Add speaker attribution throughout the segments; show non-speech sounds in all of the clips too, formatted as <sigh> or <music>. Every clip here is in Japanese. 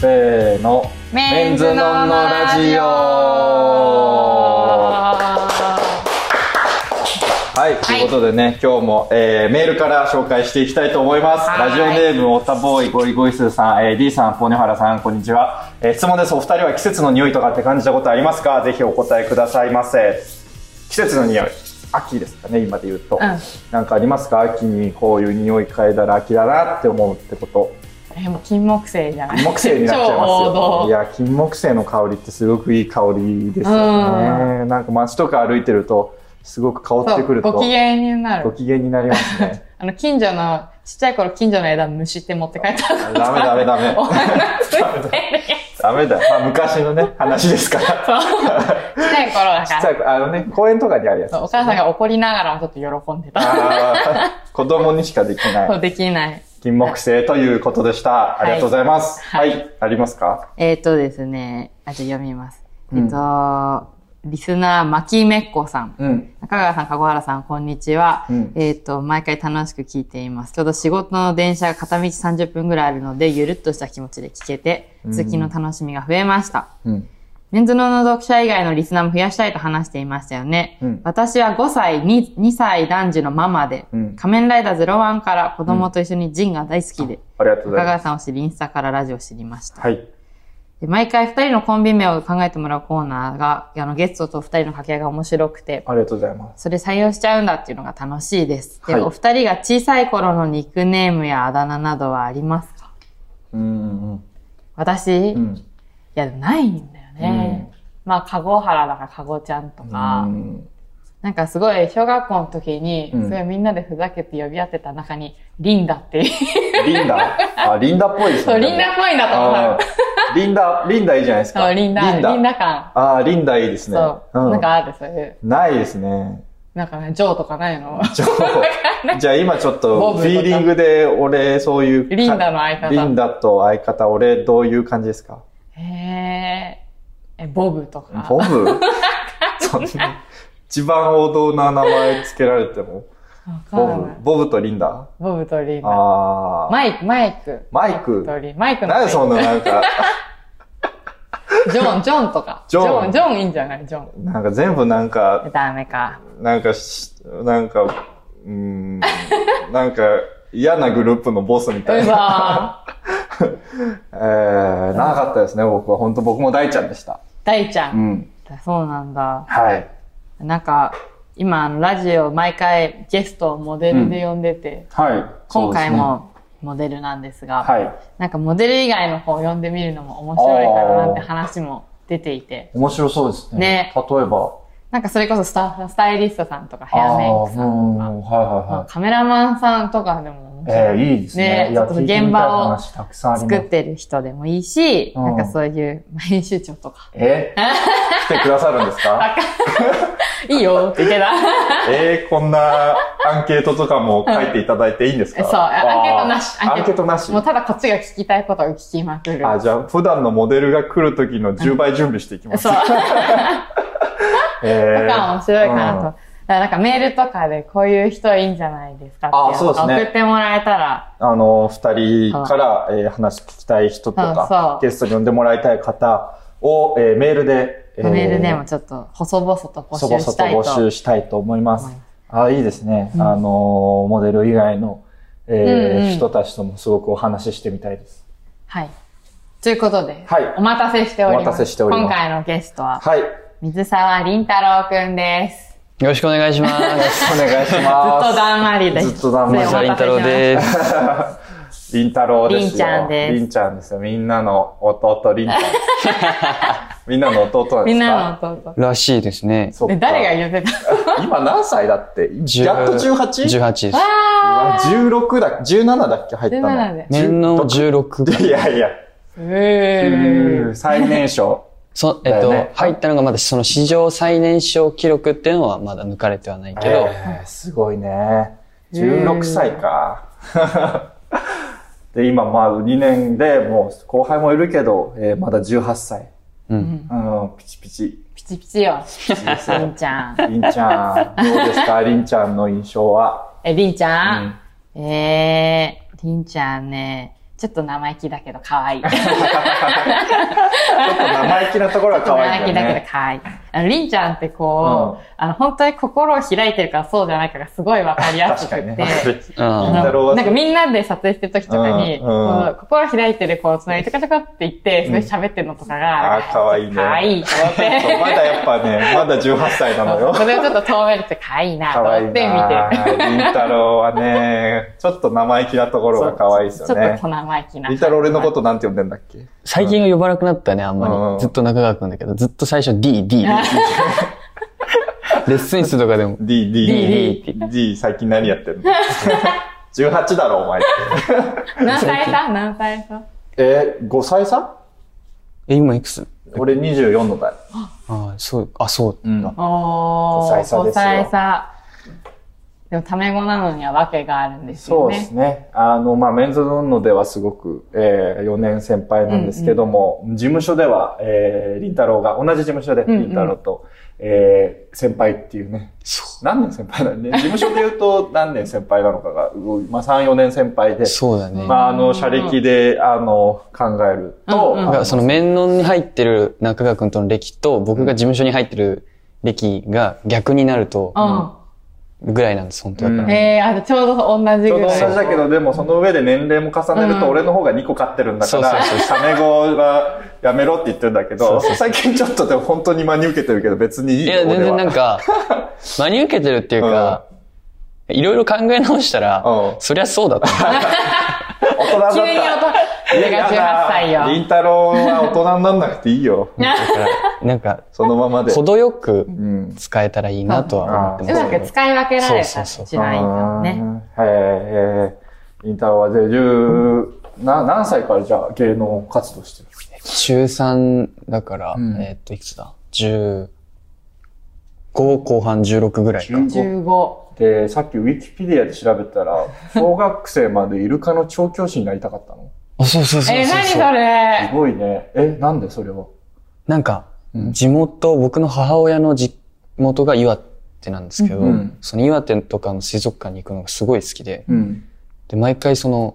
Speaker 1: せーのメンズノンノラジオはい、ということでね今日も、えーメールから紹介していきたいと思います
Speaker 2: はい
Speaker 1: ラジオネームオタボーイゴイゴイスーさん、えー、D さんポニョハラさんこんにちは、えー質問ですお二人は季節の匂いとかって感じたことありますかぜひお答えくださいませ季節の匂い秋ですかね今で言うと、
Speaker 2: うん
Speaker 1: なんかありますか秋にこういう匂い嗅いだら秋だなって思うってこと
Speaker 2: えもう金木犀じゃない
Speaker 1: 金木
Speaker 2: <laughs>
Speaker 1: 犀になっちゃいます
Speaker 2: 超王
Speaker 1: よ
Speaker 2: 道
Speaker 1: いや金木犀の香りってすごくいい香りですよねなんか街とか歩いてるとすごく香ってくると
Speaker 2: そうご機嫌にな
Speaker 1: ご
Speaker 2: る
Speaker 1: 機嫌になります
Speaker 2: <laughs>
Speaker 1: ね
Speaker 2: あの近所のちっちゃい頃近所の枝むしって持って帰ったこと
Speaker 1: ダメダメダメ
Speaker 2: <laughs> お花ついてるや
Speaker 1: ダメだよ、まあ、昔のね話ですから
Speaker 2: <laughs> つそうちっちゃい頃
Speaker 1: <laughs>
Speaker 2: だ
Speaker 1: ちっ
Speaker 2: か
Speaker 1: ちゃ
Speaker 2: ら
Speaker 1: い子あのね公園とかにあるやつです
Speaker 2: そう
Speaker 1: ね、
Speaker 2: お母さんが怒りながらもちょっと喜んでた
Speaker 1: あー子供にしかできな
Speaker 2: <laughs> そ
Speaker 1: いう
Speaker 2: できない
Speaker 1: 金木犀ということでしたありがとうございますは、
Speaker 2: はいい
Speaker 1: ありますか
Speaker 2: えっ、ー、とですね、あ、じゃあ読みます。
Speaker 1: うん
Speaker 2: えっと、リスナー、まきめっこさん。
Speaker 1: うん
Speaker 2: 中川さん、籠原さん、こんにちは。
Speaker 1: うん
Speaker 2: えっと、毎回楽しく聞いています。ちょうど仕事の電車が片道30分ぐらいあるので、ゆるっとした気持ちで聞けて、
Speaker 1: うん
Speaker 2: 通勤の楽しみが増えました。
Speaker 1: うん
Speaker 2: メンズノの読者以外のリスナーも増やしたいと話していましたよね。
Speaker 1: うん
Speaker 2: 私は5歳に、2歳男児のママで、
Speaker 1: うん
Speaker 2: 仮面ライダー01から子供と一緒にジンが大好きで、
Speaker 1: ありがとうござ
Speaker 2: 中
Speaker 1: いま
Speaker 2: 川
Speaker 1: す
Speaker 2: さんを知り、インスタからラジオを知りました。
Speaker 1: はい
Speaker 2: で毎回二人のコンビ名を考えてもらうコーナーが、あの、ゲストと二人の掛け合いが面白くて、
Speaker 1: ありがとうございます
Speaker 2: それ採用しちゃうんだっていうのが楽しいです。で、
Speaker 1: はい
Speaker 2: お二人が小さい頃のニックネームやあだ名などはありますか
Speaker 1: うんうん
Speaker 2: 私、
Speaker 1: う
Speaker 2: い
Speaker 1: ん
Speaker 2: や、でもないんだよね。まあ、かごはらだからかごちゃんとか、
Speaker 1: うん
Speaker 2: なんかすごい、小学校の時に、
Speaker 1: うん
Speaker 2: すごいみんなでふざけて呼び合ってた中に、リンダって
Speaker 1: <laughs>
Speaker 2: いう。
Speaker 1: リンダあ、リンダっぽいですね。
Speaker 2: そう、リンダっぽいんだと思
Speaker 1: あー
Speaker 2: う。
Speaker 1: リンダ、リンダいいじゃないですか。
Speaker 2: そう、リンダ、リンダ感。
Speaker 1: ああ、リンダいいですね。
Speaker 2: そう、
Speaker 1: ん
Speaker 2: なんかある、そういう。
Speaker 1: ないですね。
Speaker 2: なんかね、ジョーとかないの
Speaker 1: ちょじゃあ今ちょっ
Speaker 2: ボ
Speaker 1: と、フ
Speaker 2: ブとか
Speaker 1: ィーリングで俺、そういう。
Speaker 2: リンダの相方
Speaker 1: リンダと相方、俺、どういう感じですか
Speaker 2: へーえ、ボブとか。
Speaker 1: ボブそんな一番王道な名前つけられても。
Speaker 2: わか
Speaker 1: ボ
Speaker 2: んない
Speaker 1: ブ、ボブとリンダ
Speaker 2: ボブとリンダ。
Speaker 1: ああ。
Speaker 2: マイク、マイク。
Speaker 1: マイク
Speaker 2: とリンマイクの
Speaker 1: なんでそんななんか、<laughs>
Speaker 2: ジョン、ジョンとか。
Speaker 1: ジ
Speaker 2: ジ
Speaker 1: ョン
Speaker 2: ョン、ジョンいいんじゃないジョン。
Speaker 1: なんか全部なんか、
Speaker 2: ダメか。
Speaker 1: なんかし、なんか、うー
Speaker 2: <laughs>
Speaker 1: ん、なんか嫌なグループのボスみ
Speaker 2: う
Speaker 1: たいな。
Speaker 2: わ
Speaker 1: えー、なかったですね、僕は。本当僕も大ちゃんでした。
Speaker 2: ー。大ちゃ。
Speaker 1: うんん。
Speaker 2: そうなんだ。
Speaker 1: はい。
Speaker 2: なんか、今、あのラジオ毎回ゲストをモデルで呼んでて、
Speaker 1: はい。
Speaker 2: 今回
Speaker 1: そう
Speaker 2: もモデルなんですが、
Speaker 1: ですね。はい。
Speaker 2: なんかモデル以外の子を呼んでみるのも面白いかなって話も出ていて、
Speaker 1: 面白そうですね。
Speaker 2: ね
Speaker 1: 例えば。
Speaker 2: なんかそれこそスタスタイリストさんとかヘアメイクさ
Speaker 1: あーうんん
Speaker 2: とか、まあ
Speaker 1: は
Speaker 2: カメラマンさんとかでも面
Speaker 1: いはいは
Speaker 2: 白い、
Speaker 1: い。えー、いいですね
Speaker 2: ね。
Speaker 1: いや
Speaker 2: ちょっと
Speaker 1: 聞いてみたい
Speaker 2: 現場を
Speaker 1: 話たくさんあります
Speaker 2: 作ってる人でもいいし、
Speaker 1: うん
Speaker 2: なんかそういうまあ編集長とか、
Speaker 1: え来てくださるんです
Speaker 2: <laughs>
Speaker 1: か
Speaker 2: いいよって言ってた。
Speaker 1: <laughs> えー、こんなアンケートとかも書いていただいていいんですか
Speaker 2: えそう、あアンケートなし。
Speaker 1: あーアンケートなし
Speaker 2: もう。ただこっちが聞きたいことを聞きまくる。
Speaker 1: あ、じゃあ、普段のモデルが来る時の10倍準備していきます。
Speaker 2: <laughs> そう。
Speaker 1: え
Speaker 2: と
Speaker 1: ー
Speaker 2: か面白いかなと。
Speaker 1: うん
Speaker 2: だからなんかメールとかでこういう人いいんじゃないですか
Speaker 1: あ
Speaker 2: ってい
Speaker 1: そう
Speaker 2: の
Speaker 1: うで
Speaker 2: が
Speaker 1: すね
Speaker 2: 送ってもらえたら、
Speaker 1: あの、二人から、えー話聞きたい人とか、
Speaker 2: うんそう
Speaker 1: ゲストに呼んでもらいたい方を、えーメールで、えー
Speaker 2: メールでもちょっと細々と募
Speaker 1: そぼ
Speaker 2: 集
Speaker 1: そ
Speaker 2: し
Speaker 1: ぼ
Speaker 2: たいと。
Speaker 1: 募集したいと思います
Speaker 2: 思いま。
Speaker 1: あ、いいですね。
Speaker 2: うん
Speaker 1: あの、モデル以外の、えー
Speaker 2: うんうん
Speaker 1: 人たちともすごくお話ししてみたいです。
Speaker 2: はい。ということで、
Speaker 1: はい
Speaker 2: お待たせしておりま
Speaker 1: お
Speaker 2: す。
Speaker 1: 待たせしております
Speaker 2: 今回のゲストは、
Speaker 1: はい。よ
Speaker 2: 水沢林太郎くんです。
Speaker 3: よろしくお願いします。
Speaker 1: ろしくお願いし
Speaker 2: <laughs> ずっ
Speaker 1: ます。
Speaker 2: とだんまりです。
Speaker 1: ずっとだんまり <laughs>
Speaker 3: マ
Speaker 1: お
Speaker 3: サリン
Speaker 2: 待たせ
Speaker 3: 太
Speaker 2: しま
Speaker 3: 郎
Speaker 2: した
Speaker 3: です。
Speaker 1: りんたろうですよ。
Speaker 2: りんちゃんです
Speaker 1: りんちゃんですよ。みんなの弟、りんちゃ
Speaker 2: <laughs>
Speaker 1: んです。みんなの弟なんですか
Speaker 2: みんなの弟。
Speaker 3: らしいですね。
Speaker 1: そっ
Speaker 2: で
Speaker 1: か
Speaker 2: 誰が言ってた
Speaker 1: 今何歳だって
Speaker 3: 10
Speaker 1: やっと 18?18
Speaker 3: 18です。
Speaker 2: わー
Speaker 1: 16だ、17だっけ入ったの。
Speaker 2: 17で
Speaker 3: 年の
Speaker 1: <laughs>
Speaker 3: 16
Speaker 1: いやいや、
Speaker 2: うーん。
Speaker 1: 最年少。
Speaker 3: そえ
Speaker 1: だ
Speaker 3: っ
Speaker 1: よ
Speaker 3: と、
Speaker 1: ね
Speaker 3: 入ったのがまだその史上最年少記録っていうのはまだ抜かれてはないけど、
Speaker 1: えーすごいね。16歳か。で、今まあ2年でもう後輩もいるけど、えーまだ18歳。
Speaker 3: うん
Speaker 1: うん、ピチピチ。
Speaker 2: ピチピチよ。
Speaker 1: ピチですよ
Speaker 2: りんちゃん。
Speaker 1: りんちゃん、どうですかりんちゃんの印象は。 <laughs>
Speaker 2: え、りんちゃん、えー、りんちゃんね、
Speaker 4: ちょっと生意気だけど可
Speaker 1: <laughs>
Speaker 4: 愛い。
Speaker 1: ちょっと生意気なところは可愛いんだよ
Speaker 4: だけ
Speaker 1: ね
Speaker 4: ど。可愛い。あの、りんちゃんってこう、あの、本当に心を開いてるからそうじゃないかがすごいわかりやす
Speaker 1: 確
Speaker 4: く
Speaker 1: か
Speaker 4: て。
Speaker 1: にね。
Speaker 4: あ
Speaker 3: あ
Speaker 1: だろう
Speaker 4: の
Speaker 1: は
Speaker 4: なんかみんなで撮影してる時とかに、
Speaker 1: うん
Speaker 4: こう心開いてる子をつないでちょこちょこって言って、それで喋ってるのとかが、
Speaker 1: あー、可愛いね。
Speaker 4: 可愛いと思っ
Speaker 1: そう
Speaker 4: て。
Speaker 1: まだやっぱね、まだ18歳なのよ。
Speaker 4: そ <laughs> れをちょっと遠目にして可愛いなと
Speaker 1: 可愛い
Speaker 4: 思って見て
Speaker 1: な
Speaker 4: る。
Speaker 1: ぁ。りんたろうはね、ちょっと生意気なところが可愛いですよ
Speaker 4: ちょっ
Speaker 1: ね
Speaker 4: と。小生意気な。
Speaker 1: りんたろう俺のことなんて呼んでんだっけ
Speaker 3: 最近は呼ばなくなったね、あん
Speaker 1: うん
Speaker 3: ま
Speaker 1: うん
Speaker 3: り。ずっと中川くんだけど、ずっと最初 D、D、D。レッスン室とか
Speaker 1: <laughs>
Speaker 3: でも
Speaker 1: ?D、
Speaker 3: D、
Speaker 1: D、
Speaker 3: D って。
Speaker 1: D、最近何やってんの ?18 だろ、お前って。
Speaker 4: 何歳差何歳差
Speaker 1: えー、5歳差
Speaker 3: え、今いくつ
Speaker 1: 俺24の代。
Speaker 3: ああ、そう、あ、そう。
Speaker 1: うん。
Speaker 4: お
Speaker 1: 五
Speaker 4: ー、
Speaker 1: 歳差ですよ
Speaker 4: 五歳差。でも、タメ語なのには訳があるんです
Speaker 1: そ
Speaker 4: よ
Speaker 1: う
Speaker 4: ね。
Speaker 1: ですね。あの、まあ、メンズノンノではすごく、えー、4年先輩なんですけども、事務所では、えー、りんたろうが、同じ事務所で、
Speaker 4: んうん
Speaker 1: りんたろうと、えー、先輩っていうね。
Speaker 3: そ
Speaker 1: 何年先輩だ
Speaker 4: <laughs>
Speaker 1: ね。事務所で言うと何年先輩なのかが、うんまあ、3、4年先輩で
Speaker 3: う。、そうだね。
Speaker 1: まあ、あの、車歴で、あの、考えると、
Speaker 4: うんうん
Speaker 1: あ
Speaker 3: だから
Speaker 1: の
Speaker 3: その面論に入ってる中川くんとの歴と、僕が事務所に入ってる歴が逆になると、ぐらいなんです、本当だから。
Speaker 1: うん
Speaker 4: うん。えー、あとちょうど同じ
Speaker 1: ちょ
Speaker 4: ぐ
Speaker 1: うど同
Speaker 4: らい。
Speaker 1: じだけど、でもその上で年齢も重ねると、俺の方が2個勝ってるんだから、
Speaker 3: そうそう
Speaker 1: サメ語はやめろって言ってるんだけど、最近ちょっとでも本当に真に受けてるけど、別にいい
Speaker 3: い
Speaker 1: よ
Speaker 3: や、全
Speaker 1: 俺
Speaker 3: 然
Speaker 1: は
Speaker 3: なん
Speaker 1: <laughs>
Speaker 3: か、真に受けてるっていうか、いろいろ考え直したら
Speaker 1: うん、
Speaker 3: そりゃそうだと思
Speaker 1: 大人だった。
Speaker 4: 急に音、俺が18歳よ。
Speaker 1: りんたろうは大人になんなくていいよ。
Speaker 3: うから、なんか、
Speaker 1: そのままで。
Speaker 3: 程よく
Speaker 1: うん。
Speaker 3: 使えたらいいなとは思って
Speaker 4: う
Speaker 3: ます
Speaker 4: ま
Speaker 3: け
Speaker 4: く
Speaker 3: ど。
Speaker 4: 使い分けられた
Speaker 3: そうそうそう
Speaker 4: 一番いいかもね。
Speaker 1: あー。へえ、えー、インターはで十な何歳からじゃあ芸能活動してる
Speaker 3: 中3だから、
Speaker 1: ん
Speaker 3: えーっと、いくつだ ?15 後半16ぐらいか。
Speaker 4: 15。
Speaker 1: で、さっきウィキペディアで調べたら、小学生までイルカの調教師になりたかったの
Speaker 3: あ、そうそうそうそうそう。
Speaker 4: えー、何それ
Speaker 1: すごいね。え、なんでそれは
Speaker 3: なんか、地元、僕の母親の地元が岩手なんですけど、
Speaker 1: うんうん
Speaker 3: その岩手とかの水族館に行くのがすごい好きで、
Speaker 1: うん。
Speaker 3: で、毎回その、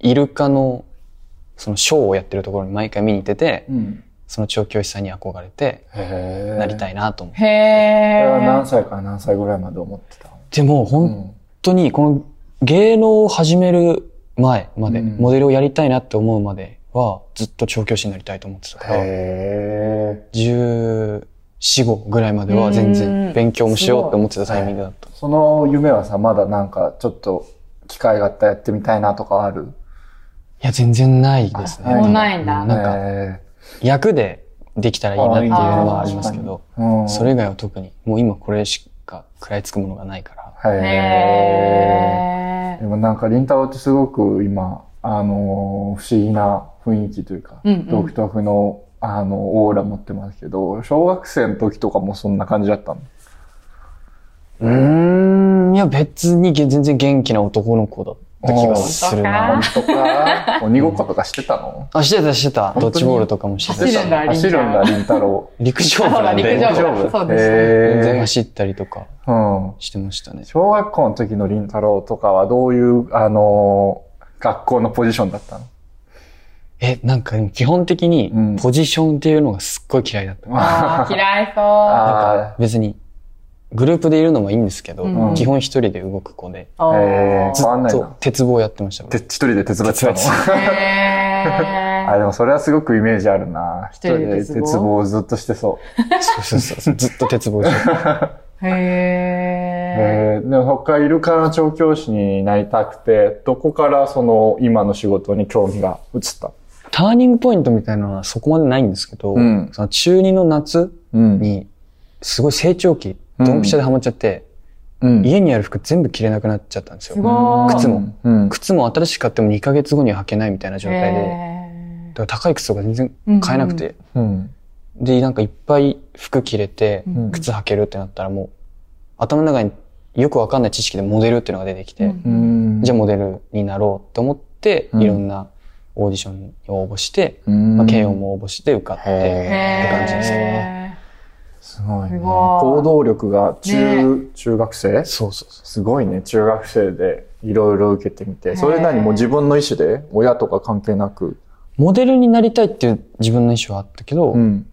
Speaker 3: イルカの、そのショーをやってるところに毎回見に行ってて、
Speaker 1: うん。
Speaker 3: その調教師さんに憧れて、
Speaker 1: へえ。
Speaker 3: な
Speaker 1: い。
Speaker 3: りたいなと思って。
Speaker 4: へ
Speaker 1: それは
Speaker 4: え
Speaker 1: 何。歳から何歳ぐらいまで思ってたの
Speaker 3: でも、本当に、この芸能を始める前まで、
Speaker 1: うん
Speaker 3: モデルをやりたいなって思うまでは、ずっと調教師になりたいと思ってたから、
Speaker 1: へえ。
Speaker 3: 14、5ぐらいまでは全
Speaker 4: う
Speaker 3: 然
Speaker 4: ん
Speaker 3: 勉強もしようって思ってたタイミングだった。
Speaker 1: その夢はさ、まだなんかちょっと機会があったらやってみたいなとかある
Speaker 3: いや、全然ないですね。
Speaker 1: あもう
Speaker 4: ないんだ
Speaker 3: うなんか、
Speaker 1: へ
Speaker 3: 役でできたらいいなっていうのはありますけど、
Speaker 1: えうん
Speaker 3: それ以外は特に、もう今これしか食らいつくものがないから。
Speaker 1: へ
Speaker 4: へ
Speaker 1: え。でもなんか、りんたろーってすごく今、あのー不思議な雰囲気というか、
Speaker 4: うんうん
Speaker 1: 独特の、あの、オーラ持ってますけど、小学生の時とかもそんな感じだったの
Speaker 3: うーん、いや別にげ全然元気な男の子だった気がする
Speaker 4: あ
Speaker 3: な。
Speaker 1: とか、鬼ごっことかしてたの
Speaker 3: あ、してたしてた。ドッジボールとかもしてた
Speaker 4: 走
Speaker 3: し。
Speaker 4: るんだ
Speaker 1: 走るんだ、りんたろう。
Speaker 3: 陸上部なん
Speaker 4: そう
Speaker 3: で
Speaker 4: だ、陸上
Speaker 1: 大丈夫
Speaker 4: そうです
Speaker 3: 全然
Speaker 1: へ
Speaker 3: 走ったりとか
Speaker 1: ーうん。
Speaker 3: してましたね。
Speaker 1: 小学校の時のりんたろうとかはどういう、あのー学校のポジションだったの
Speaker 3: え、なんかでも基本的に
Speaker 1: うん
Speaker 3: ポジションっていうのがすっごい嫌いだった。
Speaker 4: あー嫌いそう。
Speaker 3: なんか
Speaker 1: あ
Speaker 3: 別に、グループでいるのもいいんですけど、
Speaker 4: うん
Speaker 3: 基本一人で動く子で、
Speaker 4: お
Speaker 1: へー
Speaker 4: ー
Speaker 1: 変わんないな
Speaker 3: ずっと鉄棒やってました。
Speaker 1: ーで、一人で鉄棒やってたの
Speaker 3: 鉄棒
Speaker 4: へー
Speaker 1: <laughs> あ、でもそれはすごくイメージあるな。
Speaker 4: 一
Speaker 1: 一
Speaker 4: 人
Speaker 1: 人
Speaker 4: で
Speaker 1: で
Speaker 4: 鉄棒
Speaker 1: 鉄棒をずっとしてそう。
Speaker 3: そうそうそう。ずっと鉄棒してた。
Speaker 4: へー
Speaker 1: えー、でもそっからイルカの調教師になりたくて、どこからその今の仕事に興味が移った
Speaker 3: ターニングポイントみたいなのはそこまでないんですけど、
Speaker 1: うん
Speaker 3: その中2の夏
Speaker 1: うん
Speaker 3: に、すごい成長期、
Speaker 1: うん
Speaker 3: ドンピシャでハマっちゃって、
Speaker 1: うん
Speaker 3: 家にある服全部着れなくなっちゃったんです
Speaker 4: す
Speaker 3: よ。
Speaker 4: ごい。
Speaker 3: 靴も
Speaker 1: うん。
Speaker 3: 靴も新しく買っても2ヶ月後には履けないみたいな状態で、
Speaker 4: へ
Speaker 3: だから高い靴とか全然買えなくて、
Speaker 1: うん。
Speaker 3: で、なんかいっぱい服着れて
Speaker 4: う、
Speaker 1: ん
Speaker 3: 靴履けるってなったらもう、頭の中によくわかんない知識でモデルっていうのが出てきて、
Speaker 4: うん
Speaker 1: うん。
Speaker 3: じゃあモデルになろうと思って、
Speaker 1: うん
Speaker 3: いろんなオーディションに応募して、
Speaker 1: うん、
Speaker 3: まあ、慶応も応募して受かって、
Speaker 4: ー
Speaker 1: へ
Speaker 3: って感じです
Speaker 4: へ
Speaker 3: ね
Speaker 1: すごい、ね。
Speaker 4: すごい
Speaker 1: 行動力が中、中学生
Speaker 3: そうそうそ
Speaker 1: すごいね。中学生でいろいろ受けてみて。それ何もう自分の意思で親とか関係なく。
Speaker 3: モデルになりたいっていう自分の意思はあったけど、
Speaker 1: うん。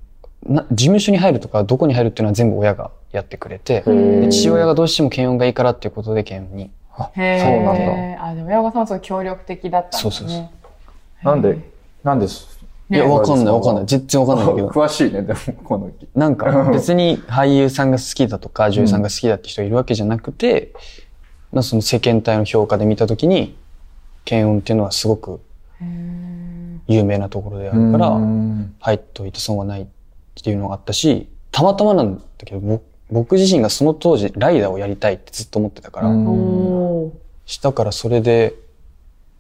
Speaker 3: な事務所に入るとかどこに入るっていうのは全部親がやってくれて、
Speaker 1: ー
Speaker 3: で父親がどうしても検温がいいからっていうことで検温に。
Speaker 2: へ
Speaker 1: そうなん
Speaker 2: え。あ、でも親御さんはすごい協力的だったんですね。
Speaker 3: そうそうそう
Speaker 1: なんで、なんです。
Speaker 3: いや、
Speaker 1: ね
Speaker 3: わかんないわかんない。全然わかんないんだけど。
Speaker 1: <laughs> 詳しいね、でも、この時。
Speaker 3: なんか別に俳優さんが好きだとか女優さんが好きだって人がいるわけじゃなくて、まあその世間体の評価で見たときに、検温っていうのはすごく有名なところであるから、
Speaker 1: うん
Speaker 3: 入っといて損はないっていうのがあったし、たまたまなんだけど、ぼ僕自身がその当時ライダーをやりたいってずっと思ってたから、
Speaker 1: うん
Speaker 2: おー
Speaker 3: したからそれで、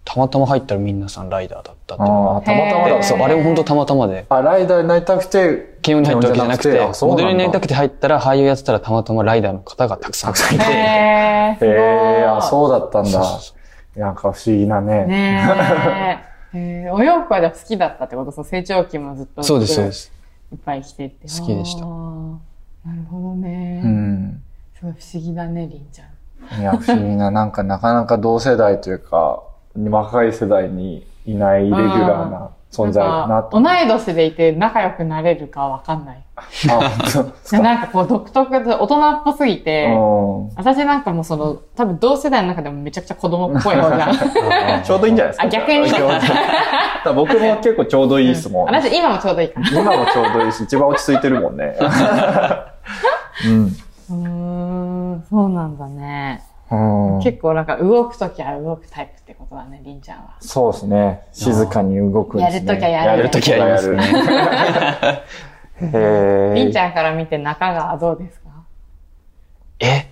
Speaker 3: たまたま入ったらみんなさんライダーだったっていうのが
Speaker 1: ああ、たまたま
Speaker 2: へ
Speaker 1: だ。
Speaker 2: ー
Speaker 3: そう、あれも本当たまたまで、
Speaker 1: あ、ライダーになりたくて、
Speaker 3: 慶応に入ったわけじゃなくて、
Speaker 1: あそう
Speaker 3: モ
Speaker 1: んだ
Speaker 3: デルになりたくて入ったら俳優やってたらたまたまライダーの方がたくさんいて。
Speaker 2: へー。
Speaker 1: へえ、あ、
Speaker 2: う。
Speaker 1: そうだったん
Speaker 3: そう
Speaker 1: だ
Speaker 3: そう。そう
Speaker 1: なんか不思議なね。
Speaker 2: ね
Speaker 3: <laughs>
Speaker 2: え。へーお洋服はじゃあ好きだったってことそう成長期もずっと。
Speaker 3: そうです、そうで。す。
Speaker 2: いっぱい着てって。
Speaker 3: 好きでした
Speaker 2: あーなるほどね。
Speaker 1: うん。
Speaker 2: すごい不思議だね、りんちゃん。
Speaker 1: いや、不思議な、なんかなかなか同世代というか、若い世代にいないレギュラーな存在だな
Speaker 2: なんか
Speaker 1: と。
Speaker 2: 同い年でいて仲良くなれるかわかんない。
Speaker 1: あ、本当
Speaker 2: なんかこう独特で大人っぽすぎて、
Speaker 1: うん
Speaker 2: 私なんかもうその、多分同世代の中でもめちゃくちゃ子供っぽい方じゃん。
Speaker 1: ちょうどいいんじゃないですか。
Speaker 2: あ逆に
Speaker 1: ちょうどい <laughs> いだから僕も結構ちょうどいいですもん。
Speaker 2: 私今もちょうどいいかな。
Speaker 1: 今もちょうどいいし、一番落ち着いてるもんね。うん。
Speaker 2: うーん、そうなんだね。
Speaker 1: うん
Speaker 2: 結構なんか動くときは動くタイプってことだね、りんちゃんは。
Speaker 1: そうですね。静かに動くんですね。
Speaker 2: やるときはやる
Speaker 1: ときはやる。 <laughs> へ
Speaker 2: りんち
Speaker 1: ゃ
Speaker 2: ゃんから見て中川はどうですか
Speaker 3: え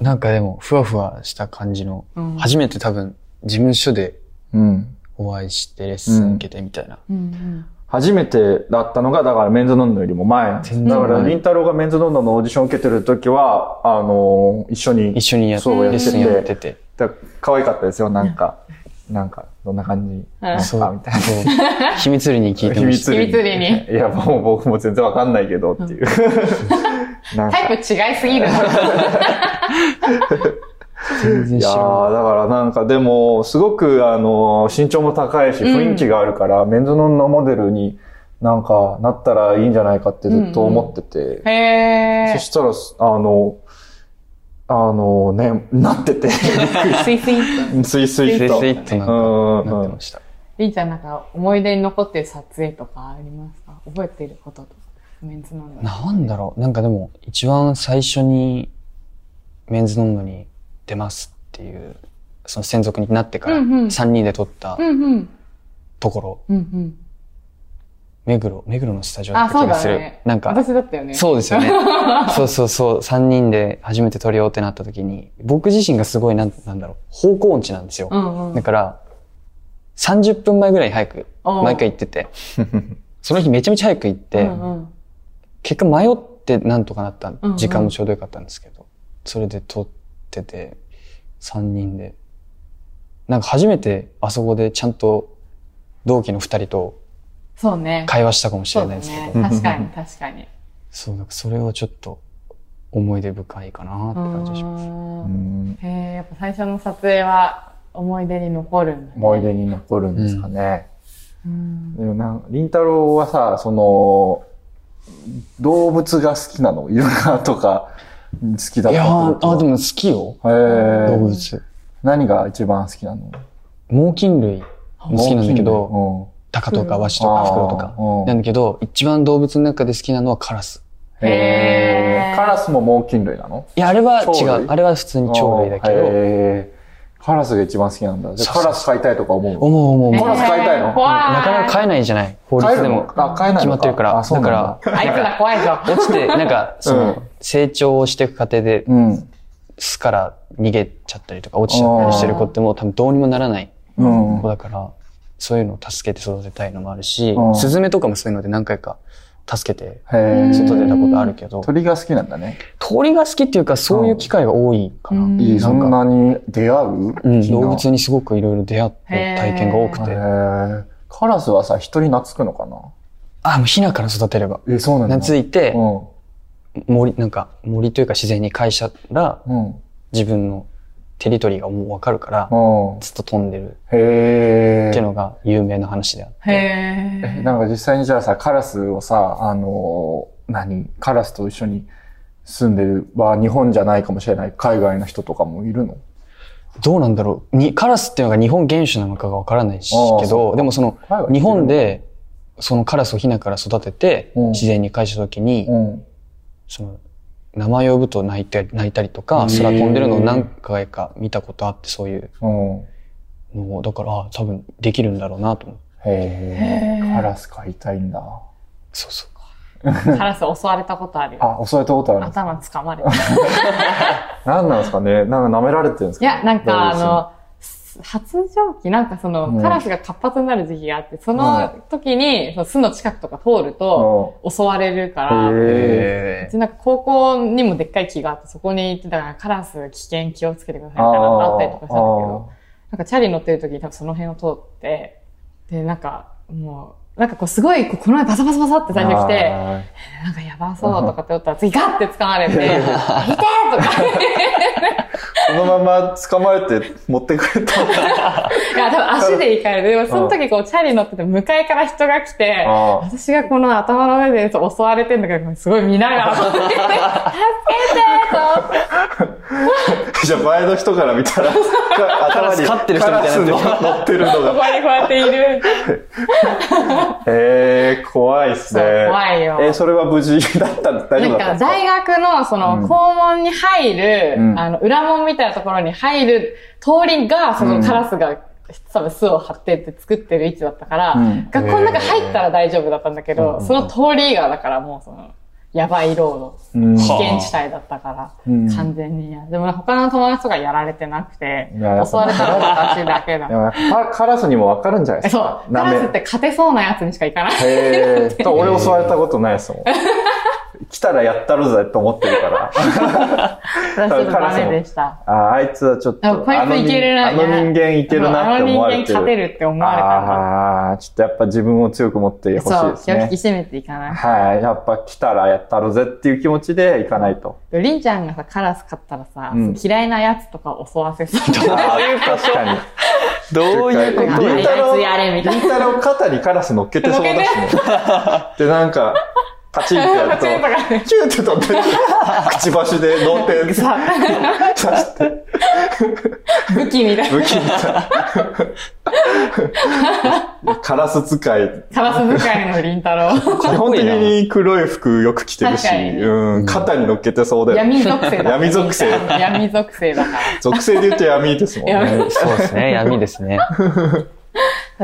Speaker 3: なんかでも、ふわふわした感じの、
Speaker 2: うん
Speaker 3: 初めて多分、事務所で
Speaker 1: うん。
Speaker 3: お会いしてレッスン受けてみたいな。
Speaker 2: うん
Speaker 1: 初めてだったのが、だからメンズノンノよりも前なんです。
Speaker 3: 全然
Speaker 1: だから、
Speaker 3: 前
Speaker 1: りんたろーがメンズノンノのオーディション受けてる時は、あのー一緒に
Speaker 3: 一緒にやっ
Speaker 1: そうやってて
Speaker 3: レッスンやってて。
Speaker 1: だ可愛かったですよ、なんか。なんか、どんな感じです
Speaker 3: そ
Speaker 1: か
Speaker 3: う
Speaker 1: みたい。
Speaker 3: そう秘密裏に聞い
Speaker 1: な。
Speaker 3: てました。
Speaker 2: 秘密裏に
Speaker 1: いや、もう僕も全然わかんないけどっていう。なんか
Speaker 2: タイプ違いすぎるな。
Speaker 3: 全然
Speaker 1: い
Speaker 3: 知
Speaker 1: や
Speaker 3: らない。
Speaker 1: ーだからなんかでも、すごく、あの、身長も高いし、雰囲気があるから、メンズノンノモデルになんかなったらいいんじゃないかってずっと思ってて。
Speaker 2: へ
Speaker 1: そしたら、あの、あのね、なってて、 <laughs>
Speaker 2: ー。スイスイって。
Speaker 1: スイスイ
Speaker 3: スイ
Speaker 1: と。
Speaker 3: スイってなん
Speaker 1: う
Speaker 3: か
Speaker 1: ん
Speaker 3: な
Speaker 1: う
Speaker 3: っ
Speaker 1: ん
Speaker 3: て
Speaker 1: うん
Speaker 3: ました。
Speaker 2: りんちゃんなんか思い出に残ってる撮影とかありますか覚えてることとか。メンズなのに。
Speaker 3: なんだろうなんかでも、一番最初に、メンズノンノに出ますっていう、その専属になってから、
Speaker 2: うんうん
Speaker 3: 3人で撮った
Speaker 2: うんうん。
Speaker 3: ところ、
Speaker 2: うんうん。
Speaker 3: 目黒、目黒のスタジオだった
Speaker 2: あ
Speaker 3: 気
Speaker 2: そうだ
Speaker 3: がする。
Speaker 2: ね
Speaker 3: なんか、
Speaker 2: 私だったよね。
Speaker 3: そうです
Speaker 2: <laughs>
Speaker 3: よね。そうそうそう、3人で初めて撮りようってなった時に、僕自身がすごいなん、なんだろう、方向音痴なんですよ。
Speaker 2: うんう
Speaker 3: だ
Speaker 2: ん。
Speaker 3: から、30分前ぐらいに早く、
Speaker 2: おう
Speaker 3: 毎回行ってて、 <laughs> その日めちゃめちゃ早く行って、
Speaker 2: うんうん
Speaker 3: 結果迷ってなんとかなった
Speaker 2: うんうん
Speaker 3: 時間もちょうどよかったんですけど、それで撮ってて、3人で。なんか初めてあそこでちゃんと同期の2人と
Speaker 2: そうね。
Speaker 3: 会話したかもし
Speaker 2: そ
Speaker 3: れ
Speaker 2: う
Speaker 3: な
Speaker 2: だ
Speaker 3: いですけど、
Speaker 2: ね。確かに、確かに。
Speaker 3: そう、なんかそれはちょっと思い出深いかなって感じがします。
Speaker 1: う
Speaker 2: うん
Speaker 1: ん
Speaker 2: へえ、やっぱ最初の撮影は思い出に残るんだね。
Speaker 1: 思い出に残るんですかね。
Speaker 2: うん。
Speaker 1: でもなん、りんたろーはさ、その、動物が好きなのイルカとか好きだ
Speaker 3: い
Speaker 1: った
Speaker 3: や
Speaker 1: ってこと
Speaker 3: ー、あ、でも好きよ。
Speaker 1: へー
Speaker 3: 動物。
Speaker 1: 何が一番好きなの
Speaker 3: 猛禽類も好きなんだけど、
Speaker 1: ど、
Speaker 3: タカとかワシとかフクロウとか。
Speaker 1: か
Speaker 3: なんだけど、一番動物の中で好きなのはカラス。
Speaker 1: へ
Speaker 2: へー
Speaker 1: ーカラスも猛禽類なの
Speaker 3: いや、あれは違
Speaker 1: 鳥
Speaker 3: う。
Speaker 1: 類
Speaker 3: あれは普通に鳥類だけ
Speaker 1: あー
Speaker 3: ど、
Speaker 1: へーカラスが一番好きなんだ。じゃあ
Speaker 3: そうそう
Speaker 1: カラス飼いたいとか思うの
Speaker 3: 思う思う
Speaker 1: カ
Speaker 3: 思
Speaker 1: ラ
Speaker 3: う。
Speaker 1: ス飼いたいの
Speaker 2: えー怖い。
Speaker 3: なかなか飼えないじゃない。法
Speaker 1: 飼え
Speaker 3: 律
Speaker 1: る
Speaker 3: で
Speaker 1: の
Speaker 3: も。
Speaker 1: かあ、飼えないの
Speaker 3: 決まってるから。
Speaker 1: あ、そう
Speaker 3: だ
Speaker 1: な
Speaker 3: か
Speaker 1: んだ。
Speaker 3: ら、
Speaker 2: あいつら怖い
Speaker 3: <laughs>
Speaker 2: ぞ。
Speaker 3: 落ちて、なんか、
Speaker 1: <laughs>
Speaker 3: その、成長をしていく過程で、
Speaker 1: うん。
Speaker 3: 巣から逃げちゃったりとか、落ちちゃったりしてる子ってもう多分どうにもならない。
Speaker 1: うん
Speaker 3: 子。だから、そういうのを助けて育てたいのもあるし
Speaker 1: うん、
Speaker 3: スズメとかもそういうので何回か助けて
Speaker 1: へー
Speaker 3: 外出たことあるけど、
Speaker 1: 鳥が好きなんだね。
Speaker 3: 鳥が好きっていうかそういう機会が多いかな。
Speaker 2: うん
Speaker 1: いい、そんなに出会う
Speaker 3: うん、動物にすごくいろいろ出会った体験が多く
Speaker 1: へ
Speaker 3: て。
Speaker 1: ーカラスはさ、人に懐くのかな
Speaker 3: あ、もうヒナから育てれば。
Speaker 1: え、そうなんだ。
Speaker 3: 懐いて、
Speaker 1: う
Speaker 3: 森、なんか森というか自然に返したら
Speaker 1: ん。うん。
Speaker 3: 自分のテリトリーがもうわかるから、
Speaker 1: うん。
Speaker 3: ずっと飛んでる
Speaker 1: へ
Speaker 3: って
Speaker 1: え。
Speaker 3: いうのが有名な話であって。
Speaker 2: へ
Speaker 1: なんか実際にじゃあさ、カラスをさ、あの、何カラスと一緒に住んでるは日本じゃないかもしれない海外の人とかもいるの
Speaker 3: どうなんだろうにカラスっていうのが日本原種なのかがわからないし
Speaker 1: あー
Speaker 3: け
Speaker 1: そう
Speaker 3: ど、でもその
Speaker 1: 海外
Speaker 3: 日本、でそのカラスをヒナから育てて
Speaker 1: うん
Speaker 3: 自然に返した時に、
Speaker 1: うん。
Speaker 3: その名前呼ぶと泣いて泣いたりとか、
Speaker 1: うん
Speaker 3: 空飛んでるのを何回か見たことあってそういう
Speaker 1: うん。
Speaker 3: のを、だからあー多分できるんだろうなと思って。
Speaker 1: へえ。
Speaker 2: へー
Speaker 1: カラス飼いたいんだ。
Speaker 3: そうそう。
Speaker 2: ーカラス襲われたことあるよ。
Speaker 1: あ、襲われたことある。
Speaker 2: 頭掴まれた。
Speaker 1: 何なんですかねなんか舐められてるんです
Speaker 2: い
Speaker 1: か
Speaker 2: や、なんかあ
Speaker 1: の、
Speaker 2: の、発情期、なんかその、
Speaker 1: うん
Speaker 2: カラスが活発になる時期があって、そ
Speaker 1: は
Speaker 2: の時に、その巣の近くとか通ると、
Speaker 1: う
Speaker 2: 襲われるか
Speaker 1: んへ
Speaker 2: ら、
Speaker 1: え。
Speaker 2: うちなんか高校にもでっかい木があって、そこに行ってたから、カラス危険気をつけてくださいみたいなのがあったりとかしたんだけど、なんかチャリ乗ってる時に多分その辺を通って、で、なんか、もう、なんかこうすごい、こうこの前バサバサバサって最初来て、
Speaker 1: あ
Speaker 2: なんかやばそうとかって思ったら次ガッて掴
Speaker 1: <laughs>
Speaker 2: まれて、痛いとか。
Speaker 1: ー。そのまま捕まえて持ってくれたんだ。
Speaker 2: いや、多分足で行かれる。でもその時こうチャリ乗ってて向かいから人が来て、
Speaker 1: あー <laughs>
Speaker 2: 私がこの頭の上で襲われてんだけど、すごい見なが
Speaker 1: <laughs>
Speaker 2: ら、助けてと思って
Speaker 1: じゃあ前の人から見たら、頭に
Speaker 3: <laughs> カラス飼ってる人みたいになってる
Speaker 1: カラスの乗ってるの
Speaker 2: こ <laughs>
Speaker 1: が。
Speaker 2: こにこうやっている。
Speaker 1: へえ、怖いっす
Speaker 2: そう
Speaker 1: ね。
Speaker 2: 怖いよ。
Speaker 1: えー、それは無事だったん大丈夫だっ
Speaker 2: なん
Speaker 1: た
Speaker 2: か
Speaker 1: んですか
Speaker 2: 大学のそ
Speaker 1: うん
Speaker 2: の校門に入る、
Speaker 1: うん
Speaker 2: あの裏門みたいなところに入る通りが、そ
Speaker 1: うん
Speaker 2: のカラスが多分巣を張ってって作ってる位置だったから、
Speaker 1: うん
Speaker 2: 学校の中入ったら大丈夫だったんだけど、その通りがだからもうその、やばいロ
Speaker 1: う
Speaker 2: ー
Speaker 1: ん
Speaker 2: ド、危険地帯だったから、
Speaker 1: うん
Speaker 2: 完全にや。でも他の友達とかやられてなくて、
Speaker 1: いややっぱ
Speaker 2: 襲われたのは私だけだ
Speaker 1: で。も <laughs> やっぱカラスにもわかるんじゃないです
Speaker 2: そう
Speaker 1: か。。
Speaker 2: カラス
Speaker 1: 舐
Speaker 2: っ
Speaker 1: め
Speaker 2: て勝てそうなやつにしか行かない。
Speaker 1: へえ。俺襲われたことない
Speaker 2: <laughs>
Speaker 1: ですもん。来たらやったるぜと思ってるから。
Speaker 2: 私ちょっとダメでした。
Speaker 1: ああいつはちょっと、
Speaker 2: あこいつ
Speaker 1: あの人
Speaker 2: いけるな
Speaker 1: あの人間いけるなって思われてる。
Speaker 2: そうあの人間勝てるって思われたら
Speaker 1: ああ、ちょっとやっぱ自分を強く持ってほしい
Speaker 2: そ
Speaker 1: で
Speaker 2: う、
Speaker 1: す
Speaker 2: 気を引き
Speaker 1: ね。
Speaker 2: 締めていかない
Speaker 1: はい。やっぱ来たらやったるぜっていう気持ちでいかないと。
Speaker 2: と。りんちゃんがさ、カラス飼ったらさ、
Speaker 1: うん
Speaker 2: 嫌いなやつとかを襲わせそう。
Speaker 1: ああ確かに。
Speaker 3: どういうこと
Speaker 2: と
Speaker 1: りんたろ
Speaker 2: あいつやれみたいな
Speaker 1: りんたろ肩にカラス乗っけてそうだしね。で、なんか、パチンってやると、
Speaker 2: パチンとかね
Speaker 1: キューって飛んでる、 <laughs> くちばしで脳天刺
Speaker 2: <laughs> さ、
Speaker 1: して、
Speaker 2: 武器みたいな。
Speaker 1: 武器みたいな。 <laughs> カラス使い。
Speaker 2: カラス使いのりんたろう。
Speaker 1: 基本的に黒い服よく着てるし、
Speaker 2: 確かにね
Speaker 1: うん、肩に乗っけてそうだよね。
Speaker 2: 闇属性だから。
Speaker 1: 闇属性
Speaker 2: 闇属性だか
Speaker 1: 属性で言うと闇ですもん
Speaker 2: 闇
Speaker 1: ね。
Speaker 3: そうですね。闇ですね。
Speaker 2: ら。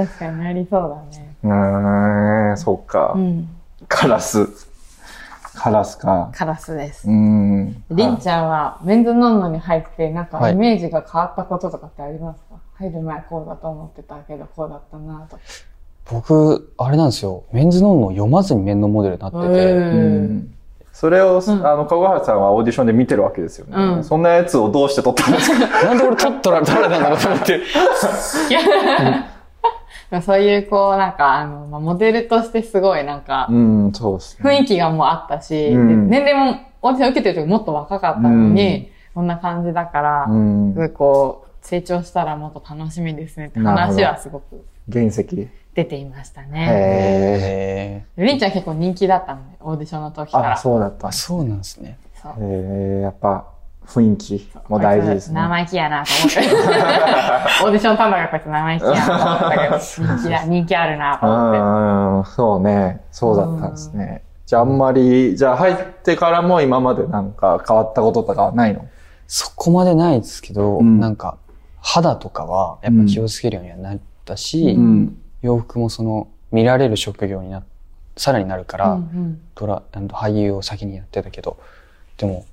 Speaker 2: 確かになりそうだね。
Speaker 1: うーん、そうか
Speaker 2: う。ん。
Speaker 1: カラス。カラスか。
Speaker 2: カラスです
Speaker 1: う。ん。
Speaker 2: りんちゃんは、メンズノンノに入って、なんか
Speaker 3: はい
Speaker 2: イメージが変わったこととかってありますか、入る前こうだと思ってたけど、こうだったなとか。
Speaker 3: 僕、あれなんですよ。メンズノンノを読まずに面のモデルになってて。
Speaker 1: うんそれを、
Speaker 2: ん
Speaker 1: あの、かごはらさんはオーディションで見てるわけですよね。
Speaker 2: うん
Speaker 1: そんなやつをどうして撮ったんですか
Speaker 3: なんで俺撮ったら撮られたんだろうと思って。
Speaker 2: でもそういう、こう、なんか、あの、まあ、モデルとしてすごい、なんか、
Speaker 1: うん、そうですね。
Speaker 2: 雰囲気がもうあったし、
Speaker 1: うん
Speaker 2: で年齢も、私が受けてる時もっと若かったのに、こんな感じだから、
Speaker 1: うん
Speaker 2: すご。いこう、成長したらもっと楽しみですねって話はすごく
Speaker 1: 原石。
Speaker 2: 出ていましたね。
Speaker 1: へえ。
Speaker 3: へ
Speaker 2: りんちゃん結構人気だったので、オーディションの時から。
Speaker 1: あ、そうだった
Speaker 3: ー。
Speaker 1: んです。
Speaker 3: そうなんですね。
Speaker 2: そう
Speaker 1: へえ、やっぱ、雰囲気も大事ですね。
Speaker 2: 生意気やなと
Speaker 1: <laughs>
Speaker 2: 思って。オーディション担当がこいつ生意気やなと思ったけど、人気
Speaker 1: <laughs>
Speaker 2: だ、人気あるなと
Speaker 1: う
Speaker 2: 思っ
Speaker 1: んうん、そうね。そうだったんですね。じゃああんまり、じゃあ入ってからも今までなんか変わったこととかはないの
Speaker 3: そこまでないですけど、
Speaker 1: うん
Speaker 3: なんか、肌とかはやっぱ気をつけるようにはなったし、
Speaker 1: ん。
Speaker 3: 洋服もその、見られる職業にな、さらになるか
Speaker 2: て。
Speaker 3: ら、
Speaker 2: うん
Speaker 3: ドラ、あの俳優を先にやってたけど、でも、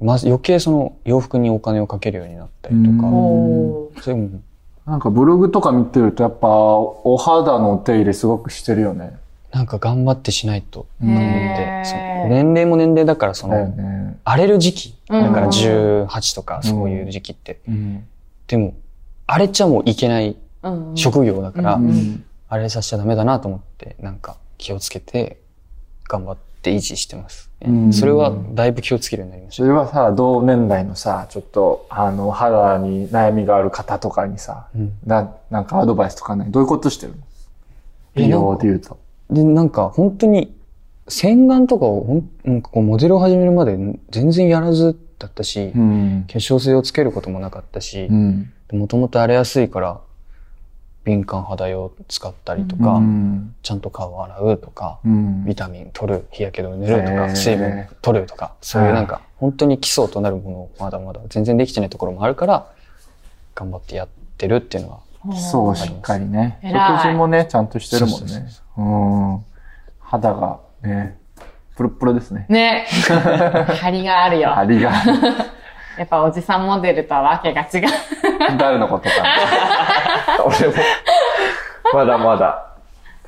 Speaker 3: まず余計その洋服にお金をかけるようになったりと
Speaker 2: うん
Speaker 3: か、
Speaker 2: おー
Speaker 3: それも、
Speaker 1: なんかブログとか見てるとやっぱお肌のお手入れすごくしてるよね。
Speaker 3: なんか頑張ってしないと、
Speaker 1: うん
Speaker 3: と思っ
Speaker 2: へー
Speaker 3: て、その年齢も年齢だからそ
Speaker 1: だよ
Speaker 3: の、
Speaker 1: ね。
Speaker 3: 荒れる時期、
Speaker 2: うん
Speaker 3: だから18とかそういう時期って、
Speaker 1: うん。
Speaker 3: でも、荒れちゃもういけない
Speaker 2: うんうん
Speaker 3: 職業だから、
Speaker 2: うん
Speaker 3: あれさせちゃダメだなと思って、なんか気をつけて、頑張っって維持してますね、
Speaker 1: うん
Speaker 3: それはだいぶ気をつけるようになりまし
Speaker 1: そ
Speaker 3: た。
Speaker 1: れはさ、同年代のさ、ちょっと、あの、肌に悩みがある方とかにさ、
Speaker 3: うん
Speaker 1: な、なんかアドバイスとかないどういうことしてるの
Speaker 3: え
Speaker 1: 美容で言うと。
Speaker 3: で、なんか本当に洗顔とかをほん、なんかこうモデルを始めるまで全然やらずだったし、化
Speaker 1: ん。
Speaker 3: 粧水をつけることもなかったし
Speaker 1: う、ん。
Speaker 3: もともと荒れやすいから、敏感肌用使ったりとか、
Speaker 1: うん。
Speaker 3: ちゃんと顔を洗うとか、
Speaker 1: うん
Speaker 3: ビタミン取る、日焼け止め塗ると
Speaker 1: へー
Speaker 3: か、水分取るとか、そういうなんか、本当に基礎となるものをまだまだ全然できてないところもあるから、頑張ってやってるっていうのは、
Speaker 1: 基礎をしっかりね。食
Speaker 2: 偉い
Speaker 1: 事もね、ちゃんとしてるもん
Speaker 3: そうそう
Speaker 1: ね。うん。肌がね、プルプルですね。
Speaker 2: <laughs> ね。張りがあるよ。
Speaker 1: 張 <laughs> りが。
Speaker 2: やっぱおじさんモデルとはわけが違う。
Speaker 1: 誰のことか。俺も、まだまだ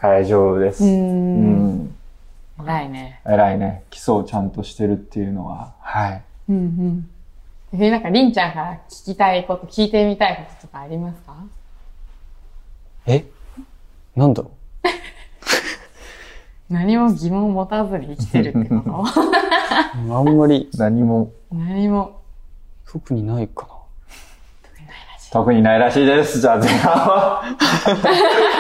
Speaker 1: 大丈夫です。うん。
Speaker 2: 偉いね。
Speaker 1: 偉いね。基礎をちゃんとしてるっていうのは。はい。
Speaker 2: うんうん。で、なんか、りんちゃんから聞きたいこと、聞いてみたいこととかありますか
Speaker 3: えなんだろ
Speaker 2: 何も疑問を持たずに生きてるってこと <laughs>
Speaker 3: うあんまり、
Speaker 1: 何も
Speaker 2: 何も。
Speaker 3: 特にないかな。
Speaker 1: 特にないらしいです。じゃあ前半
Speaker 2: <laughs>
Speaker 1: は。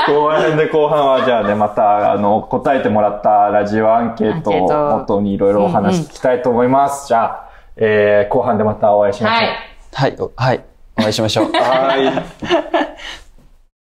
Speaker 1: 後半で後半は、じゃあね、また、あの、答えてもらったラジオアンケート
Speaker 2: アンケー
Speaker 1: を
Speaker 2: ト
Speaker 1: 元にいろいろお話聞きたいと思います。じゃあ、えー、後半でまたお会いしましょう。
Speaker 2: はい。
Speaker 3: はい、おはい、お会いしましょう。
Speaker 1: はい。